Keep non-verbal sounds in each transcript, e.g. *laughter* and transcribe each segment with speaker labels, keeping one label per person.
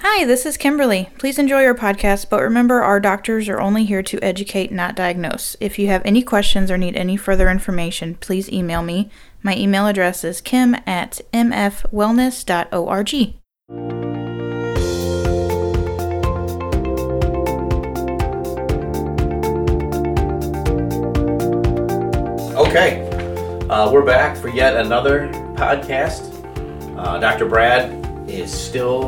Speaker 1: Hi, this is Kimberly. Please enjoy your podcast, but remember our doctors are only here to educate, not diagnose. If you have any questions or need any further information, please email me. My email address is kim at mfwellness.org.
Speaker 2: Okay, uh, we're back for yet another podcast. Uh, Dr. Brad is still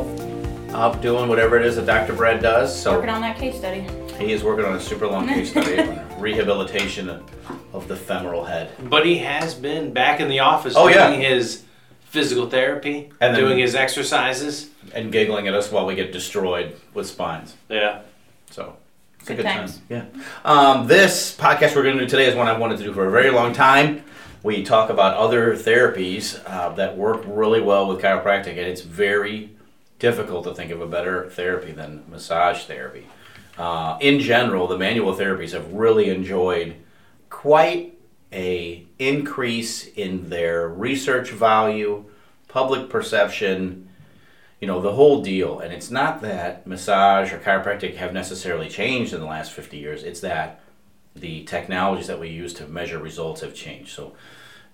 Speaker 2: up doing whatever it is that Dr. Brad does. So
Speaker 1: on that case study.
Speaker 2: he is working on a super long
Speaker 1: *laughs*
Speaker 2: case study on rehabilitation of the femoral head.
Speaker 3: But he has been back in the office
Speaker 2: Oh,
Speaker 3: doing
Speaker 2: yeah.
Speaker 3: his physical therapy,
Speaker 2: And then-
Speaker 3: doing his exercises.
Speaker 2: and giggling at us while we get destroyed with spines.
Speaker 3: Yeah.
Speaker 2: So it's
Speaker 1: Good times.
Speaker 2: Yeah. Um, this podcast we're going to do today is one I wanted to do for a very long time. We talk about other therapies uh, that work really well with chiropractic, and it's very difficult to think of a better therapy than massage therapy. Uh, in general, the manual therapies have really enjoyed quite a increase in their research value, public perception, you know the whole deal and it's not that massage or chiropractic have necessarily changed in the last 50 years it's that the technologies that we use to measure results have changed so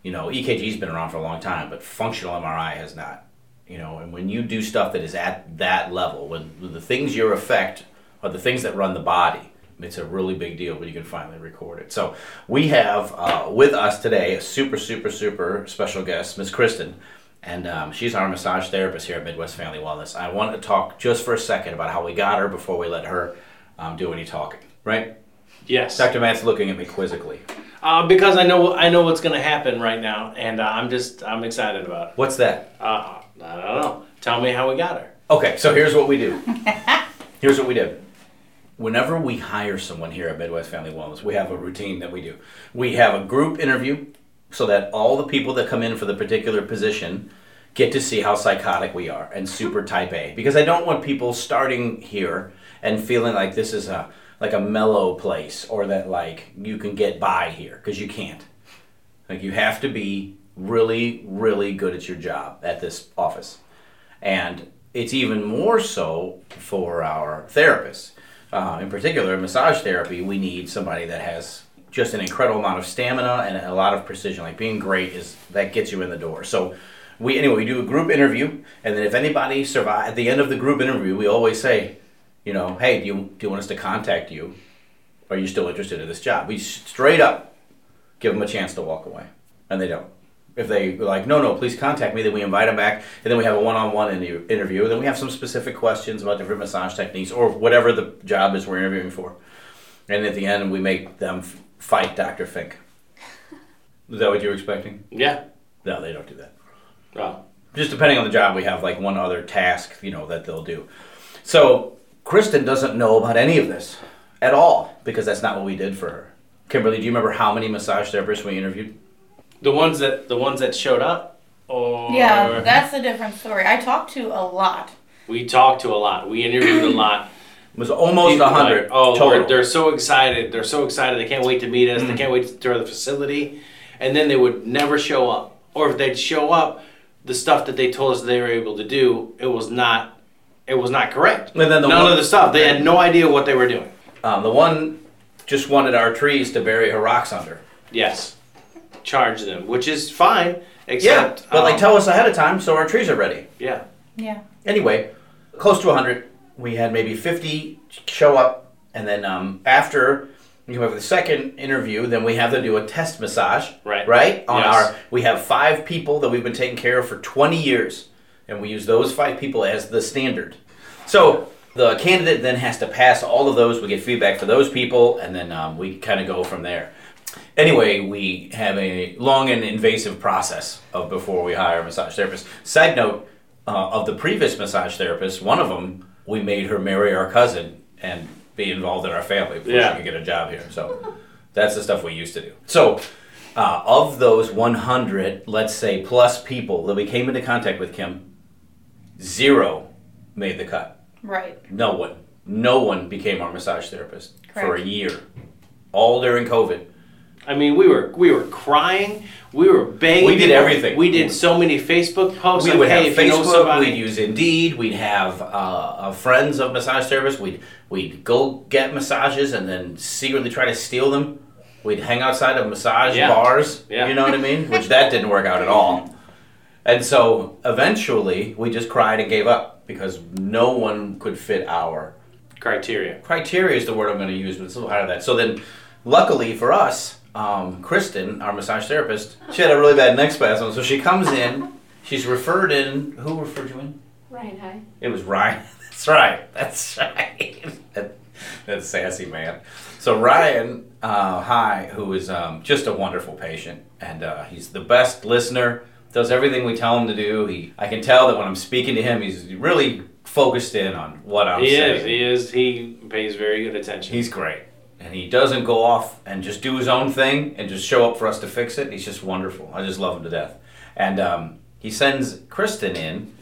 Speaker 2: you know ekg's been around for a long time but functional mri has not you know and when you do stuff that is at that level when the things you affect are the things that run the body it's a really big deal when you can finally record it so we have uh, with us today a super super super special guest miss kristen and um, she's our massage therapist here at midwest family wellness i want to talk just for a second about how we got her before we let her um, do any talking right
Speaker 3: Yes.
Speaker 2: dr matt's looking at me quizzically
Speaker 3: Uh, because I know I know what's going to happen right now, and uh, I'm just I'm excited about it.
Speaker 2: what's that
Speaker 3: Uh, I don't know. Tell me how we got her.
Speaker 2: Okay, so here's what we do. here's what we do. Whenever we hire someone here at Midwest Family Wellness, we have a routine that we do. We have a group interview so that all the people that come in for the particular position get to see how psychotic we are and super type A. Because I don't want people starting here and feeling like this is a like a mellow place or that like you can get by here because you can't. Like you have to be really, really good at your job at this office, and it's even more so for our therapists. Uh, in particular, in massage therapy, we need somebody that has just an incredible amount of stamina and a lot of precision. Like being great is that gets you in the door. So. We, anyway, we do a group interview, and then if anybody survive at the end of the group interview, we always say, you know, hey, do you, do you want us to contact you? Are you still interested in this job? We straight up give them a chance to walk away, and they don't. If they were like, no, no, please contact me, then we invite them back, and then we have a one-on-one in- interview, and then we have some specific questions about different massage techniques or whatever the job is we're interviewing for, and at the end we make them f- fight Dr. Fink. Is that what you were expecting?
Speaker 3: Yeah.
Speaker 2: No, they don't do that
Speaker 3: Well,
Speaker 2: just depending on the job, we have like one other task, you know, that they'll do. So Kristen doesn't know about any of this at all because that's not what we did for her. Kimberly, do you remember how many massage therapists we interviewed?
Speaker 3: the ones that the ones that showed up, or
Speaker 1: Yeah,
Speaker 2: Oh.
Speaker 1: that's a different story. I talked to a lot.
Speaker 3: we talked to a lot. We interviewed a lot.
Speaker 2: It was almost
Speaker 3: People like,
Speaker 2: hundred
Speaker 3: oh,
Speaker 2: total. Mm.
Speaker 3: we're- they're so excited. They're so excited. They can't wait to meet us. They can't wait to tour the facility. And then they would never show up. Or if they'd show up, the stuff that they told us they were able to do, it was not, it was not correct.
Speaker 2: And then the
Speaker 3: None
Speaker 2: one-
Speaker 3: of the stuff. They had no idea what they were doing.
Speaker 2: um, the one just wanted our trees to bury her rocks under.
Speaker 3: Yes, charge them, which is fine.
Speaker 2: Yeah,
Speaker 3: Except,
Speaker 2: but they
Speaker 3: um,
Speaker 2: tell us ahead of time so our trees are ready.
Speaker 3: yeah,
Speaker 1: Yeah.
Speaker 2: anyway, close to 100. We had maybe 50 show up, and then um, after you have the second interview, then we have them do a test massage.
Speaker 3: Right.
Speaker 2: Right. On
Speaker 3: Yes.
Speaker 2: our, we have five people that we've been taking care of for 20 years, and we use those five people as the standard. So the candidate then has to pass all of those. We get feedback for those people, and then um, we kind of go from there. Anyway, we have a long and invasive process of before we hire a massage therapist. Side note uh, of the previous massage therapist, one of them we made her marry our cousin and be involved in our family before
Speaker 3: Yeah.
Speaker 2: she could get a job here. So that's the stuff we used to do. So. Uh, of those 100, let's say plus people that we came into contact with, Kim, zero made the cut
Speaker 1: Right.
Speaker 2: no one, no one became our massage therapist for a
Speaker 1: Correct.
Speaker 2: year, all during COVID.
Speaker 3: I mean, we were we were crying, we were begging.
Speaker 2: We did
Speaker 3: people.
Speaker 2: everything.
Speaker 3: We did so many Facebook posts.
Speaker 2: We
Speaker 3: like,
Speaker 2: would
Speaker 3: hey,
Speaker 2: have
Speaker 3: if you know
Speaker 2: Facebook.
Speaker 3: somebody-
Speaker 2: We'd use Indeed. We'd have uh, uh, friends of massage therapists. We'd we'd go get massages and then secretly try to steal them. We'd hang outside of massage
Speaker 3: Yeah.
Speaker 2: bars.
Speaker 3: Yeah.
Speaker 2: You know what I mean? Which that didn't work out at all. And so eventually, we just cried and gave up because no one could fit our
Speaker 3: criteria.
Speaker 2: criteria is the word I'm going to use, but it's a little higher than that. So then, luckily for us, um, Kristen, our massage therapist, she had a really bad neck spasm, so she comes in. She's referred in. Who referred you in?
Speaker 4: Ryan, hi.
Speaker 2: It was Ryan. *laughs* That's right. That's right. *laughs* That, that sassy man. So Ryan, uh, hi, who is um, just a wonderful patient, and uh, he's the best listener. Does everything we tell him to do. He, I can tell that when I'm speaking to him, he's really focused in on what I'm
Speaker 3: He
Speaker 2: saying.
Speaker 3: is. He is. He pays very good attention.
Speaker 2: He's great. And he doesn't go off and just do his own thing and just show up for us to fix it. He's just wonderful. I just love him to death. And um, he sends Kristen in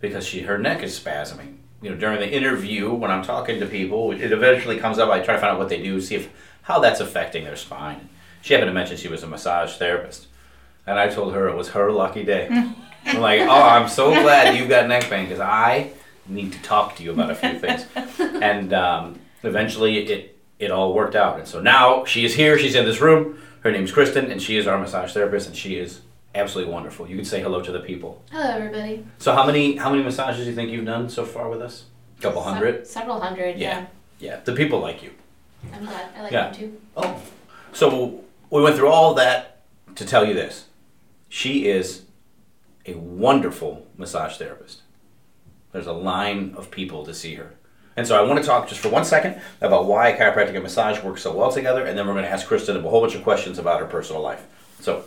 Speaker 2: because she her neck is spasming. You know, during the interview when I'm talking to people, it eventually comes up. I try to find out what they do, see if how that's affecting their spine. She happened to mention she was a massage therapist, and I told her it was her lucky day. I'm like, oh, I'm so glad you got neck pain because I need to talk to you about a few
Speaker 4: *laughs*
Speaker 2: things. And um, eventually, it it all worked out. And so now she is here. She's in this room. Her name's Kristen, and she is our massage therapist, and she is absolutely wonderful. You can say hello to the people.
Speaker 4: Hello, everybody.
Speaker 2: So how many how many massages do you think you've done so far with us? Couple
Speaker 4: Se-
Speaker 2: hundred.
Speaker 4: several hundred.
Speaker 2: Yeah.
Speaker 4: Yeah.
Speaker 2: Yeah, the people like you.
Speaker 4: I'm glad. I like
Speaker 2: Yeah.
Speaker 4: them too.
Speaker 2: Oh, so we went through all that to tell you this. She is a wonderful massage therapist. There's a line of people to see her. And so I want to talk just for one second about why chiropractic and massage work so well together, and then we're going to ask Kristen a whole bunch of questions about her personal life. So,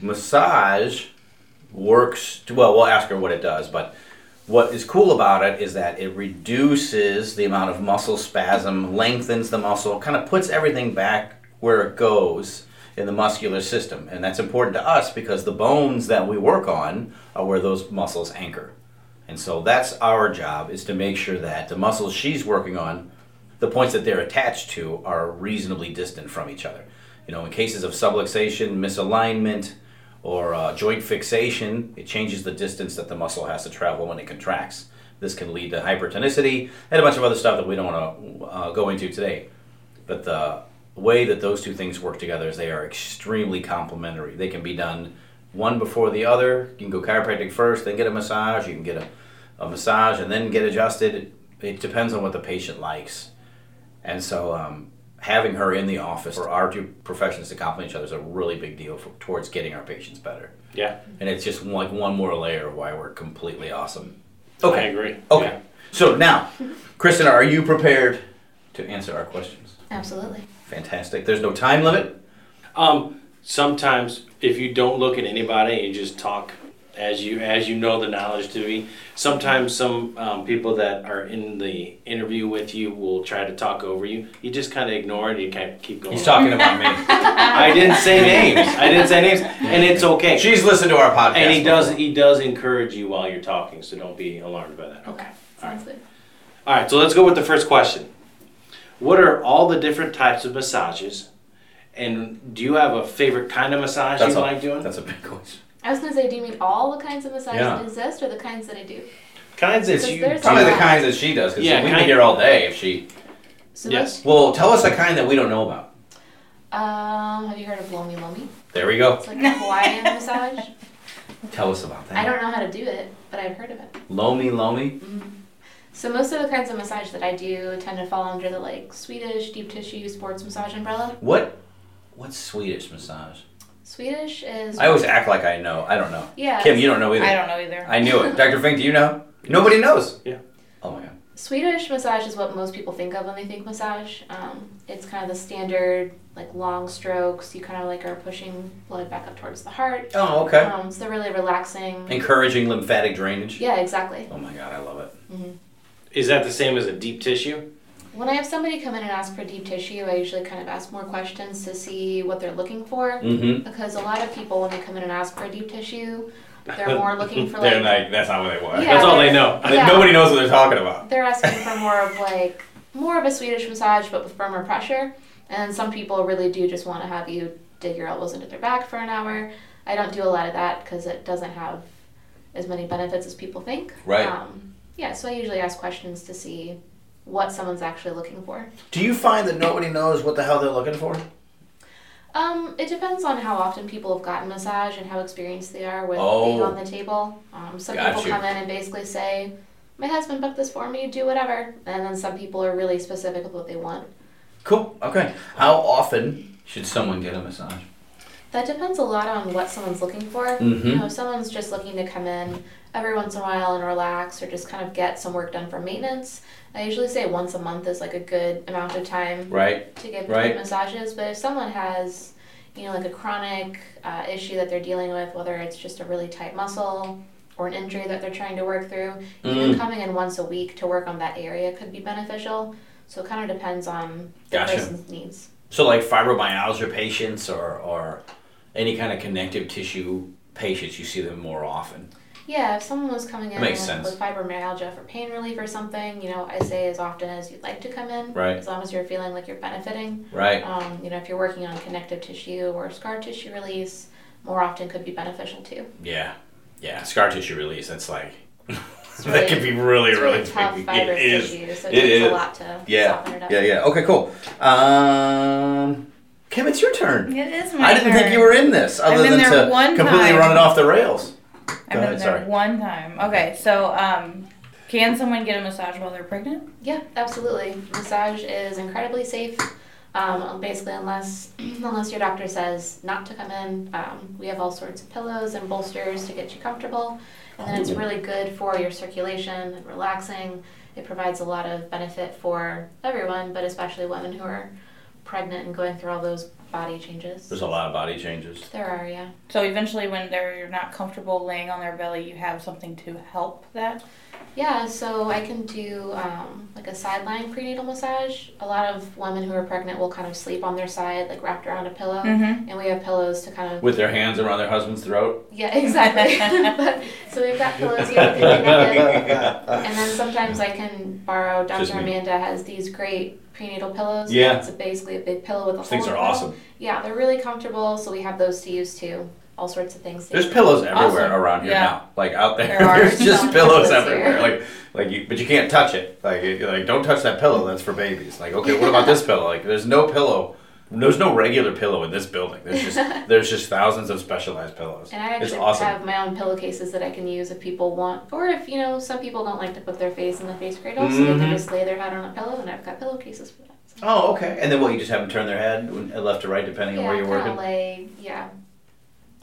Speaker 2: massage works, well, we'll ask her what it does, but what is cool about it is that it reduces the amount of muscle spasm, lengthens the muscle, kind of puts everything back where it goes in the muscular system. And that's important to us because the bones that we work on are where those muscles anchor. And so that's our job is to make sure that the muscles she's working on, the points that they're attached to are reasonably distant from each other. You know, in cases of subluxation, misalignment, or uh, joint fixation, it changes the distance that the muscle has to travel when it contracts. This can lead to hypertonicity and a bunch of other stuff that we don't want to uh, go into today. But the way that those two things work together is they are extremely complementary. They can be done one before the other. You can go chiropractic first, then get a massage. You can get a, a massage and then get adjusted. It, it depends on what the patient likes. And so um, having her in the office for our two professions to complement each other is a really big deal for, towards getting our patients better.
Speaker 3: yeah.
Speaker 2: And it's just one- like one more layer of why we're completely awesome.
Speaker 3: I agree.
Speaker 2: Okay.
Speaker 3: Yeah.
Speaker 2: So now, Kristen, are you prepared to answer our questions?
Speaker 4: Absolutely.
Speaker 2: Fantastic. There's no time limit.
Speaker 3: Um, sometimes if you don't look at anybody and you just talk as you as you know the knowledge to be, sometimes some um, people that are in the interview with you will try to talk over you. You just kind of ignore it. And you kind of keep going.
Speaker 2: He's talking about
Speaker 3: *laughs*
Speaker 2: me.
Speaker 3: I
Speaker 2: *laughs*
Speaker 3: didn't say names. I didn't say names, and it's okay.
Speaker 2: She's listened to our podcast.
Speaker 3: and he
Speaker 2: before.
Speaker 3: does he does encourage you while you're talking, so don't be alarmed by that.
Speaker 4: Okay. Sounds good.
Speaker 3: All right, so let's go with the first question. What are all the different types of massages? And do you have a favorite kind of massage
Speaker 2: That's a,
Speaker 3: you like doing?
Speaker 2: That's a big question.
Speaker 4: I was gonna say, do you mean all the kinds of massages
Speaker 2: Yeah.
Speaker 4: that exist, or the kinds that I do?
Speaker 3: Kinds that
Speaker 4: Because
Speaker 3: you
Speaker 4: there's
Speaker 2: Probably the
Speaker 4: Yeah.
Speaker 2: kinds that she does because
Speaker 3: Yeah,
Speaker 2: we'd be
Speaker 3: kind-
Speaker 2: here all day if she.
Speaker 4: So
Speaker 3: Yes.
Speaker 2: Well, tell us a kind that we don't know about.
Speaker 4: much- Um, have you heard of Lomi Lomi?
Speaker 2: There we go.
Speaker 4: It's
Speaker 1: *laughs*
Speaker 4: like a Hawaiian massage.
Speaker 2: Tell us about that.
Speaker 4: I don't know how to do it, but I've heard of it.
Speaker 2: Lomi Lomi.
Speaker 4: So most of the kinds of massage that I do tend to fall under the like Swedish deep tissue sports massage umbrella.
Speaker 2: What? What's Swedish massage?
Speaker 4: Swedish is
Speaker 2: I always act like I know. I don't know.
Speaker 4: yeah.
Speaker 2: Kim, you don't know either.
Speaker 1: I don't know either.
Speaker 2: I knew it. Dr. Fink, do you know? Nobody knows.
Speaker 3: Yeah.
Speaker 2: Oh my god.
Speaker 4: Swedish massage is what most people think of when they think massage. Um, it's kind of the standard, like long strokes. You kind of like are pushing blood back up towards the heart.
Speaker 2: Oh, okay.
Speaker 4: Um, so they're really relaxing.
Speaker 2: Encouraging lymphatic drainage.
Speaker 4: Yeah, exactly.
Speaker 2: Oh my god, I love it.
Speaker 3: Is that the same as a deep tissue?
Speaker 4: When I have somebody come in and ask for deep tissue, I usually kind of ask more questions to see what they're looking for.
Speaker 2: Mm-hmm.
Speaker 4: Because a lot of people, when they come in and ask for deep tissue, they're more
Speaker 2: *laughs*
Speaker 4: looking for
Speaker 2: They're
Speaker 4: like,
Speaker 2: like, that's not what they want.
Speaker 4: Yeah.
Speaker 3: That's all they know.
Speaker 4: *laughs* Yeah.
Speaker 2: Nobody knows what they're talking about.
Speaker 4: they're asking for more of like more of a Swedish massage, but with firmer pressure. And some people really do just want to have you dig your elbows into their back for an hour. I don't do a lot of that because it doesn't have as many benefits as people think.
Speaker 2: Right.
Speaker 4: Um, yeah, so I usually ask questions to see what someone's actually looking for.
Speaker 2: Do you find that nobody knows what the hell they're looking for?
Speaker 4: Um, it depends on how often people have gotten massage and how experienced they are with
Speaker 2: Oh.
Speaker 4: being on the table. Um, some
Speaker 2: Got
Speaker 4: people
Speaker 2: you.
Speaker 4: come in and basically say, "My husband booked this for me. Do whatever." And then some people are really specific with what they want.
Speaker 2: Cool. Okay. How often should someone get a massage?
Speaker 4: That depends a lot on what someone's looking for. You
Speaker 2: Mhm.
Speaker 4: know, if someone's just looking to come in every once in a while and relax or just kind of get some work done for maintenance, I usually say once a month is like a good amount of time
Speaker 2: Right.
Speaker 4: to give
Speaker 2: Right.
Speaker 4: massages. But if someone has, you know, like a chronic uh, issue that they're dealing with, whether it's just a really tight muscle or an injury that they're trying to work through, even
Speaker 2: Mm.
Speaker 4: coming in once a week to work on that area could be beneficial. So it kind of depends on the
Speaker 2: Gotcha.
Speaker 4: person's needs.
Speaker 2: So like fibromyalgia patients or or any kind of connective tissue patients, you see them more often.
Speaker 4: Yeah, if someone was coming in
Speaker 2: makes
Speaker 4: with,
Speaker 2: sense.
Speaker 4: with fibromyalgia for pain relief or something, you know, I say as often as you'd like to come in,
Speaker 2: Right.
Speaker 4: as long as you're feeling like you're benefiting.
Speaker 2: Right.
Speaker 4: Um, you know, if you're working on connective tissue or scar tissue release, more often could be beneficial too.
Speaker 2: Yeah. Yeah. Scar tissue release. That's like *laughs*
Speaker 4: It's
Speaker 2: that can be really
Speaker 4: it's really,
Speaker 2: really
Speaker 4: tough
Speaker 2: tricky.
Speaker 4: fibrous
Speaker 2: It is.
Speaker 4: tissue, so it,
Speaker 2: It
Speaker 4: takes
Speaker 2: is.
Speaker 4: a lot to
Speaker 2: Yeah.
Speaker 4: soften it up.
Speaker 2: Yeah. Yeah. Okay. Cool. Um, Kim, it's your turn.
Speaker 1: It is my
Speaker 2: I didn't think you were in this, other
Speaker 1: been
Speaker 2: than
Speaker 1: there
Speaker 2: to
Speaker 1: one
Speaker 2: completely
Speaker 1: time.
Speaker 2: run it off the rails.
Speaker 1: I've
Speaker 2: Go
Speaker 1: been
Speaker 2: ahead,
Speaker 1: there
Speaker 2: sorry.
Speaker 1: one time. Okay, so um, can someone get a massage while they're pregnant?
Speaker 4: Yeah, absolutely. Massage is incredibly safe. Um, basically, unless *clears throat* unless your doctor says not to come in, um, we have all sorts of pillows and bolsters to get you comfortable, and then it's really good for your circulation and relaxing. It provides a lot of benefit for everyone, but especially women who are pregnant and going through all those body changes.
Speaker 2: There's a lot of body changes.
Speaker 4: There are, yeah.
Speaker 1: So eventually, when they're not comfortable laying on their belly, you have something to help that.
Speaker 4: Yeah, so I can do um, like a sideline prenatal massage. A lot of women who are pregnant will kind of sleep on their side, like wrapped around a pillow,
Speaker 1: Mm-hmm.
Speaker 4: and we have pillows to kind of
Speaker 2: With their hands around their husband's throat.
Speaker 4: yeah, *laughs* exactly. but, so we've got pillows you
Speaker 2: *laughs*
Speaker 4: can connect in. and then sometimes I can borrow.
Speaker 2: Just
Speaker 4: Dr.
Speaker 2: me.
Speaker 4: Amanda has these great prenatal pillows.
Speaker 2: Yeah.
Speaker 4: it's basically a big pillow with a
Speaker 2: Those things
Speaker 4: hole
Speaker 2: are
Speaker 4: in the middle.
Speaker 2: awesome.
Speaker 4: Oh, Yeah, they're really comfortable, so we have those to use too. All sorts of things. to
Speaker 2: There's pillows everywhere
Speaker 1: Awesome.
Speaker 2: around here
Speaker 1: Yeah.
Speaker 2: now. Like out there,
Speaker 1: There are
Speaker 2: there's just
Speaker 4: some
Speaker 2: pillows
Speaker 4: pillows
Speaker 2: everywhere.
Speaker 4: here.
Speaker 2: Like, like you, but you can't touch it. Like, you- like don't touch that pillow. That's for babies. Like, okay, what about this pillow? Like, there's no pillow. There's no regular pillow in this building. There's
Speaker 4: *laughs*
Speaker 2: just there's just thousands of specialized pillows.
Speaker 4: And I
Speaker 2: it's
Speaker 4: actually
Speaker 2: awesome.
Speaker 4: have my own pillowcases that I can use if people want, or if you know some people don't like to put their face in the face cradle, so they
Speaker 2: Mhm.
Speaker 4: can just lay their head on a pillow, and I've got pillowcases for that. So,
Speaker 2: Oh, okay. And then what? You just have them turn their head when- left to right, depending on
Speaker 4: yeah,
Speaker 2: where you're
Speaker 4: kinda
Speaker 2: working.
Speaker 4: lay, yeah,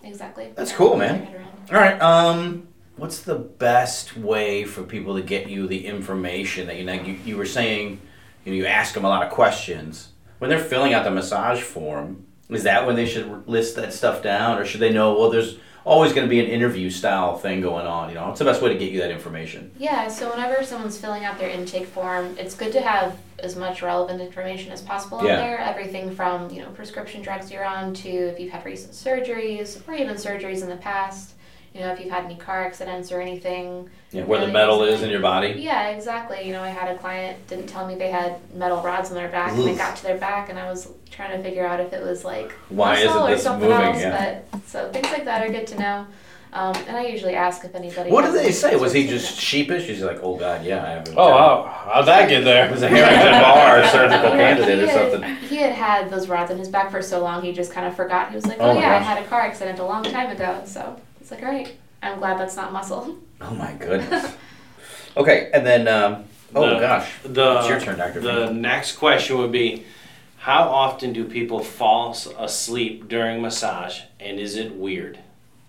Speaker 4: exactly.
Speaker 2: That's
Speaker 4: Yeah,
Speaker 2: cool,
Speaker 4: turn
Speaker 2: man.
Speaker 4: your head around.
Speaker 2: All right. Um, what's the best way for people to get you the information that you know? You, you were saying, you know, you ask them a lot of questions when they're filling out the massage form. Is that when they should list that stuff down, or should they know? Well, there's always going to be an interview style thing going on. You know, what's the best way to get you that information?
Speaker 4: Yeah, so whenever someone's filling out their intake form, it's good to have as much relevant information as possible
Speaker 2: Yeah.
Speaker 4: on there. Everything from, you know, prescription drugs you're on to if you've had recent surgeries or even surgeries in the past, you know, if you've had any car accidents or anything.
Speaker 2: Yeah, where the metal is in your body.
Speaker 4: Yeah, exactly. You know, I had a client didn't tell me they had metal rods on their back, and I
Speaker 2: Oof.
Speaker 4: got to their back, and I was trying to figure out if it was like
Speaker 2: Why isn't
Speaker 4: muscle or
Speaker 2: this
Speaker 4: something
Speaker 2: moving?
Speaker 4: else.
Speaker 2: Yeah.
Speaker 4: But so things like that are good to know. Um, and I usually ask if anybody.
Speaker 2: What did
Speaker 4: has
Speaker 2: they say? Was he
Speaker 4: experience
Speaker 2: just sheepish? He's like, oh god, yeah, I have. a-
Speaker 3: Oh, how, how'd that get *laughs* there?
Speaker 2: It was a Harrington Bar
Speaker 4: with
Speaker 2: surgical
Speaker 4: that. You know,
Speaker 2: candidate or
Speaker 4: he had-
Speaker 2: something.
Speaker 4: He had had those rods in his back for so long, he just kind of forgot. He was like,
Speaker 2: Oh
Speaker 4: "Oh,
Speaker 2: my
Speaker 4: yeah, I
Speaker 2: gosh.
Speaker 4: had a car accident a long time ago." So it's like, "All right, I'm glad that's not muscle." *laughs*
Speaker 2: Oh my goodness. *laughs* okay, and then um, oh
Speaker 3: The-
Speaker 2: gosh,
Speaker 3: The,
Speaker 2: it's your turn, Doctor.
Speaker 3: the next question would be How often do people fall s- asleep during massage and is it weird?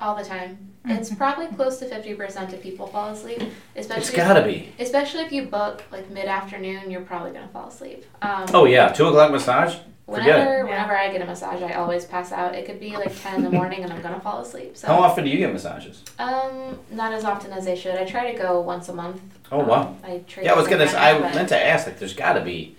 Speaker 4: All the time.
Speaker 2: *laughs*
Speaker 4: It's probably close to fifty percent of people fall asleep, especially.
Speaker 2: it's gotta be.
Speaker 4: Especially if you book like mid afternoon, you're probably gonna fall asleep. Um,
Speaker 2: Oh yeah, two o'clock massage. Forget it.
Speaker 4: whenever whenever I get a massage, I always pass out. It could be like ten in the morning, and I'm gonna fall asleep. So
Speaker 2: How often do you get massages?
Speaker 4: um, not as often as I should. I try to go once a month.
Speaker 2: Oh wow.
Speaker 4: Um, I train
Speaker 2: Yeah, I was
Speaker 4: with my
Speaker 2: gonna. I
Speaker 4: friends, but
Speaker 2: meant to ask. Like, there's gotta be.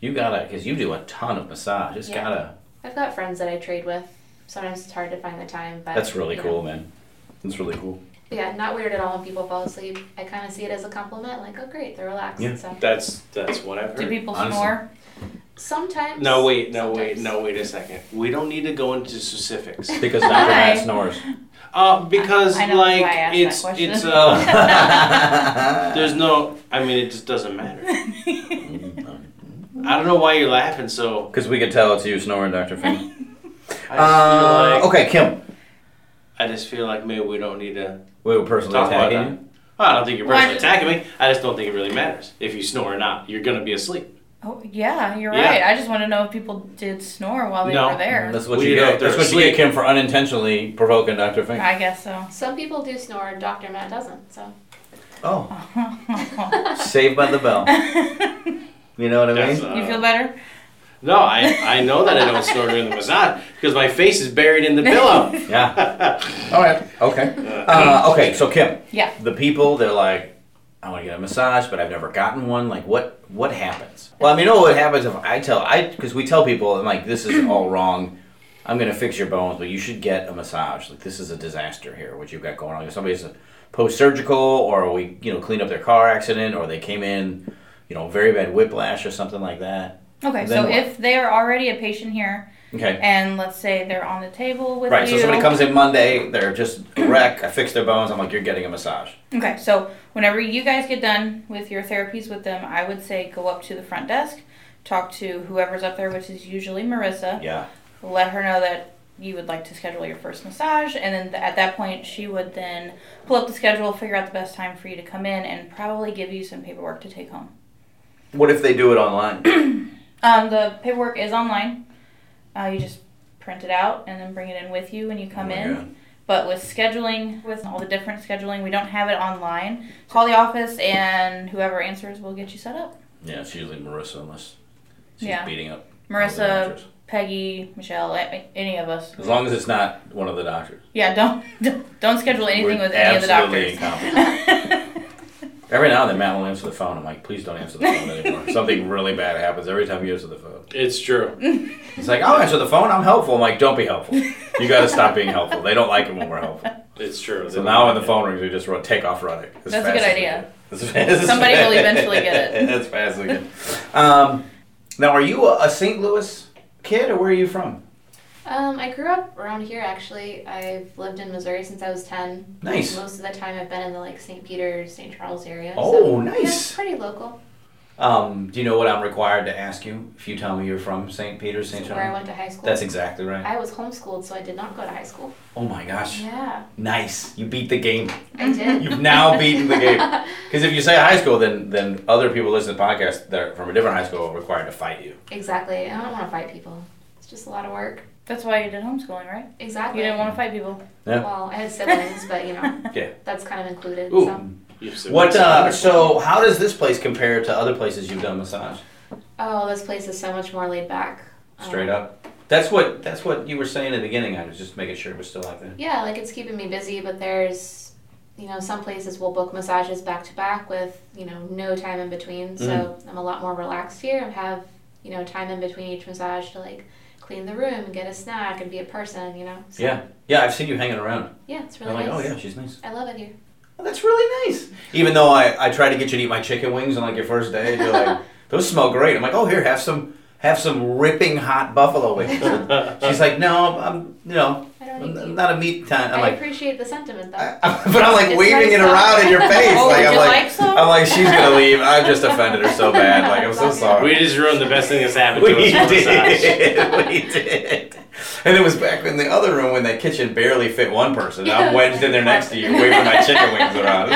Speaker 2: You gotta, cause you do a ton of massage. It's
Speaker 4: Yeah.
Speaker 2: gotta.
Speaker 4: I've got friends that I trade with. Sometimes it's hard to find the time, but
Speaker 2: That's really
Speaker 4: you know.
Speaker 2: cool, man. That's really cool.
Speaker 4: But yeah, not weird at all when people fall asleep. I kind of see it as a compliment, like, oh great, they're relaxed.
Speaker 2: Yeah.
Speaker 4: So
Speaker 3: That's that's what I've
Speaker 1: Do
Speaker 3: heard.
Speaker 1: people
Speaker 2: Honestly.
Speaker 1: snore?
Speaker 4: Sometimes.
Speaker 3: No, wait, no, wait,
Speaker 4: Sometimes.
Speaker 3: no, wait a second. We don't need to go
Speaker 5: *laughs*
Speaker 3: into specifics.
Speaker 2: Because Dr. Matt snores. *laughs*
Speaker 3: Uh, because
Speaker 5: I know
Speaker 3: like
Speaker 5: why I asked that
Speaker 3: it's
Speaker 5: question. *laughs*
Speaker 3: it's uh,
Speaker 2: Oh.
Speaker 3: there's no. I mean, it just doesn't matter. I don't know why you're laughing. So
Speaker 2: Because we could tell it's you snoring, Dr. Finn.
Speaker 3: I just feel like
Speaker 2: Uh, okay, Kim.
Speaker 3: I just feel like maybe we don't need to
Speaker 2: We were personally
Speaker 3: talk about
Speaker 2: attacking
Speaker 3: that.
Speaker 2: you.
Speaker 3: Well, I don't think you're
Speaker 5: Well, I
Speaker 3: personally attacking me. I just don't think it really matters if you snore or not. You're gonna be asleep.
Speaker 5: Oh yeah, you're
Speaker 3: Yeah.
Speaker 5: right. I just want to know if people did snore while they
Speaker 3: No.
Speaker 5: were there.
Speaker 2: That's what
Speaker 3: We
Speaker 2: you
Speaker 3: didn't know
Speaker 2: get.
Speaker 3: if they
Speaker 2: That's
Speaker 3: were
Speaker 2: what you get,
Speaker 3: asleep.
Speaker 2: Kim, for unintentionally provoking Dr. Fink.
Speaker 5: I guess so.
Speaker 4: Some people do snore, Dr. Matt doesn't, so.
Speaker 2: Oh, saved by the bell. You know what I
Speaker 3: That's,
Speaker 2: mean?
Speaker 3: uh,
Speaker 5: you feel better?
Speaker 3: no, I I know that I don't snore during the massage because my face is buried in the pillow.
Speaker 5: *laughs*
Speaker 2: Yeah. All right. Okay. Uh, okay. So Kim,
Speaker 5: Yeah.
Speaker 2: the people they're like, I want to get a massage, but I've never gotten one. Like, what what happens? Well, I mean, you know what happens if I tell I because we tell people I'm like this *clears throat* is all wrong. I'm gonna fix your bones, but you should get a massage. Like, this is a disaster here. What you've got going on? If somebody's post surgical, or we you know cleaned up their car accident, or they came in, you know, very bad whiplash or something like that.
Speaker 5: Okay,
Speaker 2: Then
Speaker 5: so
Speaker 2: what?
Speaker 5: if they are already a patient here,
Speaker 2: Okay.
Speaker 5: and let's say they're on the table with
Speaker 2: Right,
Speaker 5: you.
Speaker 2: so somebody comes in Monday, they're just a wreck. I fix their bones. I'm like, you're getting a massage.
Speaker 5: Okay, so whenever you guys get done with your therapies with them, I would say go up to the front desk, talk to whoever's up there, which is usually Marissa.
Speaker 2: Yeah.
Speaker 5: let her know that you would like to schedule your first massage and then th- at that point she would then pull up the schedule figure out the best time for you to come in and probably give you some paperwork to take home
Speaker 2: What if they do it online?
Speaker 5: um, the paperwork is online uh, you just print it out and then bring it in with you when you come
Speaker 2: Oh my
Speaker 5: in
Speaker 2: God.
Speaker 5: but with scheduling with all the different scheduling we don't have it online call the office and whoever answers will get you set up
Speaker 2: Yeah, it's usually Marissa unless she's
Speaker 5: she's Yeah.
Speaker 2: beating up
Speaker 5: marissa peggy michelle a- any of us
Speaker 2: As long as it's not one of the doctors.
Speaker 5: yeah don't *laughs* don't, don't schedule anything
Speaker 2: We're
Speaker 5: with any of the
Speaker 2: absolutely
Speaker 5: doctors
Speaker 2: incompetent. Every now and then Matt will answer the phone. I'm like, please don't answer the
Speaker 5: *laughs*
Speaker 2: phone anymore. Something really bad happens every time you answer the phone.
Speaker 3: It's true.
Speaker 2: He's like, I'll answer the phone. I'm helpful. I'm like, don't be helpful. You got to stop being helpful. They don't like it when we're helpful.
Speaker 3: It's true.
Speaker 2: So now when the phone rings, we just run, take off running. as
Speaker 5: That's a
Speaker 2: fast
Speaker 5: good
Speaker 2: as we
Speaker 5: idea.
Speaker 2: *laughs* can. As fast as-
Speaker 5: Somebody will eventually get
Speaker 2: *laughs*
Speaker 5: it.
Speaker 2: as fast as we can. Um, now, are you a, a St. Louis kid or where are you from?
Speaker 4: Um, I grew up around here actually. I've lived in Missouri since I was 10.
Speaker 2: Nice.
Speaker 4: Most of the time I've been in the like St. Peter, St. Charles area.
Speaker 2: Oh,
Speaker 4: yeah,
Speaker 2: nice.
Speaker 4: pretty local.
Speaker 2: Um, do you know what I'm required to ask you if you tell me you're from St. Peter's, St.
Speaker 4: Where I
Speaker 2: John?
Speaker 4: went to high school.
Speaker 2: That's exactly right.
Speaker 4: I was homeschooled, so I did not go to high school.
Speaker 2: Oh my gosh.
Speaker 4: Yeah,
Speaker 2: Nice. You beat the game.
Speaker 4: I did.
Speaker 2: You've now beaten the game. Because if you say high school, then then other people listening to the podcast that are from a different high school are required to fight you.
Speaker 4: *laughs* exactly. I don't want to fight people. It's just a lot of work.
Speaker 5: That's why you did homeschooling, right? You
Speaker 4: Exactly.
Speaker 5: didn't want to fight people.
Speaker 2: Yeah.
Speaker 4: Well, I had siblings, but you know,
Speaker 2: *laughs* Yeah.
Speaker 4: that's kind of included.
Speaker 3: Ooh.
Speaker 4: So.
Speaker 2: What? Uh, so how does this place compare to other places you've done massage?
Speaker 4: Oh, this place is so much more laid back. Um,
Speaker 2: Straight up. That's what that's what you were saying in the beginning. I was just making sure it was still like that.
Speaker 4: Yeah, like it's keeping me busy, but there's, you know, some places will book massages back to back with, you know, no time in between. So
Speaker 2: Mm.
Speaker 4: I'm a lot more relaxed here and have, you know, time in between each massage to like clean the room and get a snack and be a person, you know? So,
Speaker 2: Yeah. Yeah, I've seen you hanging around.
Speaker 4: Yeah, it's really
Speaker 2: I'm like, oh
Speaker 4: nice.
Speaker 2: yeah, she's nice.
Speaker 4: I love it here.
Speaker 2: Oh, that's really nice. Even though I, I tried to get you to eat my chicken wings on like your first day, you're like, *laughs* those smell great. I'm like, oh here, have some have some ripping hot buffalo wings. *laughs* She's like, no, I'm you know,
Speaker 4: I don't
Speaker 2: I'm
Speaker 4: need to
Speaker 2: I'm
Speaker 4: eat.
Speaker 2: not a meat ton.
Speaker 4: I
Speaker 2: I'm like.
Speaker 4: appreciate the sentiment though.
Speaker 2: I, *laughs* but I'm like
Speaker 4: It's
Speaker 2: waving
Speaker 4: nice
Speaker 2: it
Speaker 4: though.
Speaker 2: around in your face.
Speaker 5: Oh,
Speaker 2: like
Speaker 5: would
Speaker 2: I'm
Speaker 5: you
Speaker 2: like,
Speaker 5: like some?
Speaker 2: I'm like she's gonna leave. I've just offended her so bad. Like I'm so
Speaker 4: Okay.
Speaker 2: sorry.
Speaker 3: We just ruined the best thing that's happened
Speaker 2: We
Speaker 3: to us.
Speaker 2: *laughs*
Speaker 3: for massage.
Speaker 2: did. we did. And it was back in the other room when that kitchen barely fit one person. I'm wedged in there next to you, waving my chicken wings around.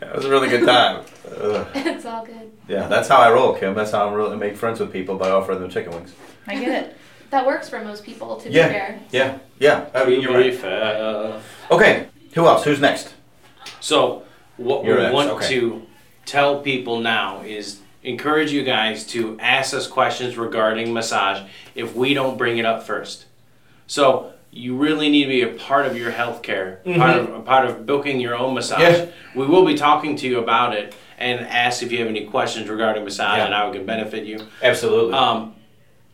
Speaker 2: That was a really good time. Ugh.
Speaker 4: *laughs* it's all good.
Speaker 2: Yeah, that's how I roll, Kim. That's how I really make friends with people by offering them chicken wings.
Speaker 5: I get it.
Speaker 4: That works for most people, to
Speaker 2: Yeah.
Speaker 4: be fair.
Speaker 2: Yeah, yeah. I mean, you're
Speaker 3: To be
Speaker 2: right.
Speaker 3: fair.
Speaker 2: Okay, who else? Who's next?
Speaker 3: So, what
Speaker 2: Your
Speaker 3: we
Speaker 2: ex,
Speaker 3: want
Speaker 2: okay.
Speaker 3: to tell people now is encourage you guys to ask us questions regarding massage if we don't bring it up first. So, you really need to be a part of your healthcare, part of a part of booking your own massage.
Speaker 2: Mm-hmm. Yeah.
Speaker 3: We will be talking to you about it and ask if you have any questions regarding massage
Speaker 2: Yeah.
Speaker 3: and how it can benefit you.
Speaker 2: Absolutely.
Speaker 3: Um,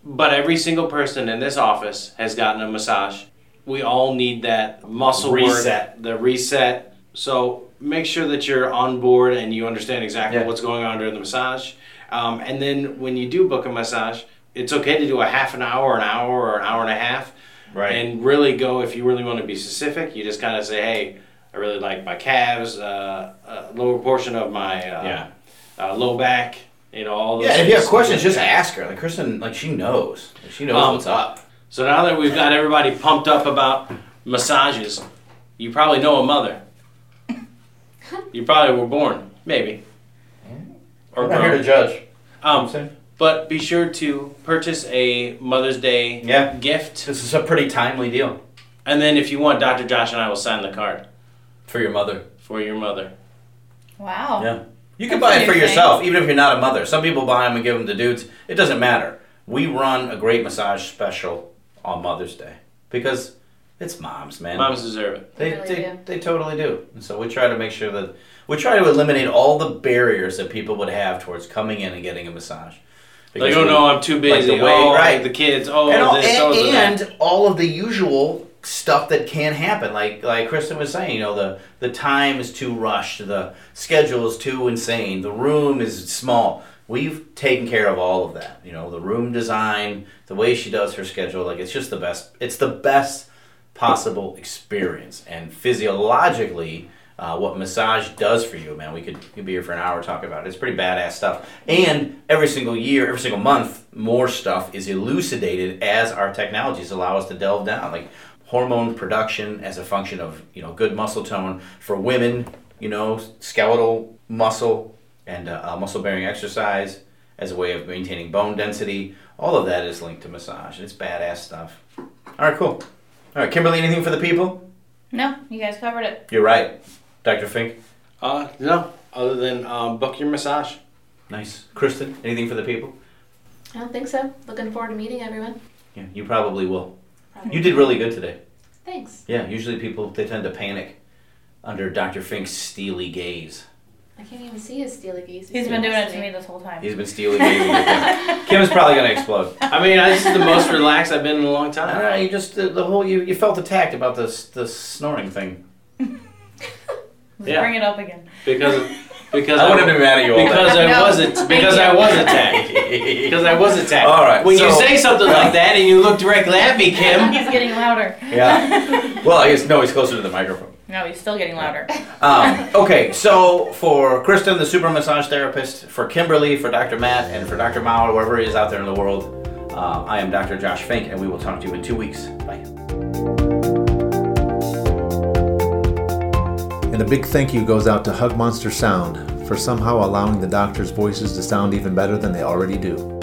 Speaker 3: but every single person in this office has gotten a massage. We all need that muscle
Speaker 2: Reset.
Speaker 3: work, the reset. So make sure that you're on board and you understand exactly
Speaker 2: Yeah.
Speaker 3: what's going on during the massage. Um, and then when you do book a massage, it's okay to do a half an hour, an hour, or an hour and a half.
Speaker 2: Right.
Speaker 3: And really go if you really want to be specific. You just kind of say, hey, I really like my calves, uh, uh, lower portion of my uh,
Speaker 2: Yeah.
Speaker 3: uh, low back, you know, all those
Speaker 2: Yeah, if you have
Speaker 3: things.
Speaker 2: questions, just ask her. Like Kristen, like she knows. Like, she knows
Speaker 3: Um,
Speaker 2: what's up.
Speaker 3: So now that we've got everybody pumped up about massages, you probably know a mother. You probably were born, maybe. Or
Speaker 2: I'm not here to
Speaker 3: grown.
Speaker 2: judge.
Speaker 3: Um, but be sure to purchase a Mother's Day
Speaker 2: Yeah.
Speaker 3: gift.
Speaker 2: This is a pretty timely deal
Speaker 3: And then if you want, Dr. Josh and I will sign the card
Speaker 2: for your mother.
Speaker 3: for your mother.
Speaker 5: Wow.
Speaker 2: Yeah. You can
Speaker 5: That's
Speaker 2: buy it for
Speaker 5: amazing.
Speaker 2: yourself, even if you're not a mother. Some people buy them and give them to dudes. It doesn't matter. We run a great massage special on Mother's Day because it's moms, man.
Speaker 3: Moms deserve it.
Speaker 2: They,
Speaker 4: They really
Speaker 2: they,
Speaker 4: do.
Speaker 2: they totally do. And so we try to make sure that we try to eliminate all the barriers that people would have towards coming in and getting a massage.
Speaker 3: Like,
Speaker 2: Because
Speaker 3: oh
Speaker 2: we-
Speaker 3: no, I'm too busy.
Speaker 2: Like the way-
Speaker 3: oh,
Speaker 2: right.
Speaker 3: the kids. Oh,
Speaker 2: and all,
Speaker 3: this.
Speaker 2: and,
Speaker 3: oh, the that.
Speaker 2: and all of the usual stuff that can happen like like kristen was saying you know the the time is too rushed the schedule is too insane the room is small we've taken care of all of that you know the room design the way she does her schedule like it's just the best it's the best possible experience and physiologically uh, what massage does for you man we could, could be here for an hour talking about it it's pretty badass stuff and every single year every single month more stuff is elucidated as our technologies allow us to delve down like hormone production as a function of you know good muscle tone for women you know skeletal muscle and uh, uh, muscle bearing exercise as a way of maintaining bone density all of that is linked to massage and it's badass stuff all right cool all right, Kimberly, anything for the people?
Speaker 5: No, you guys covered it.
Speaker 2: You're right, Dr. Fink.
Speaker 3: Uh, no, other than um, book your massage.
Speaker 2: Nice. Kristen, anything for the people?
Speaker 4: I don't think so. Looking forward to meeting everyone.
Speaker 2: Yeah, you probably will. You did really good today.
Speaker 4: Thanks.
Speaker 2: Yeah, usually people, they tend to panic under Dr. Fink's steely gaze.
Speaker 4: I can't even see his steely geese.
Speaker 5: He's been doing it to me this whole time.
Speaker 2: He's been steely gazing. *laughs* at
Speaker 5: *laughs*
Speaker 2: Kim. Kim's probably going to explode.
Speaker 3: I mean, I- this is the most *laughs* relaxed I've been in a long
Speaker 2: I don't
Speaker 3: time.
Speaker 2: know, you just, the, the whole, you, you felt attacked about this, the snoring thing.
Speaker 5: Let's
Speaker 3: Yeah.
Speaker 5: bring it up again.
Speaker 3: Because, because
Speaker 2: I wouldn't be mad at you all
Speaker 3: because I
Speaker 5: *laughs* No.
Speaker 3: was it because I was
Speaker 5: *laughs*
Speaker 3: attacked.
Speaker 2: day. *laughs*
Speaker 3: Because I was attacked.
Speaker 2: All right,
Speaker 3: When you
Speaker 2: so-
Speaker 3: say something like that and you look directly at me, Kim.
Speaker 5: He's getting louder. *laughs*
Speaker 2: yeah. Well, I guess, no, he's closer to the microphone.
Speaker 5: No, he's still getting louder.
Speaker 2: Um, okay, so for Kristen, the super massage therapist, for Kimberly, for Dr. Matt, and for Dr. Mauer, wherever he is out there in the world, uh, I am Dr. Josh Fink, and we will talk to you in two weeks. Bye.
Speaker 6: And a big thank you goes out to Hug Monster Sound for somehow allowing the doctors' voices to sound even better than they already do.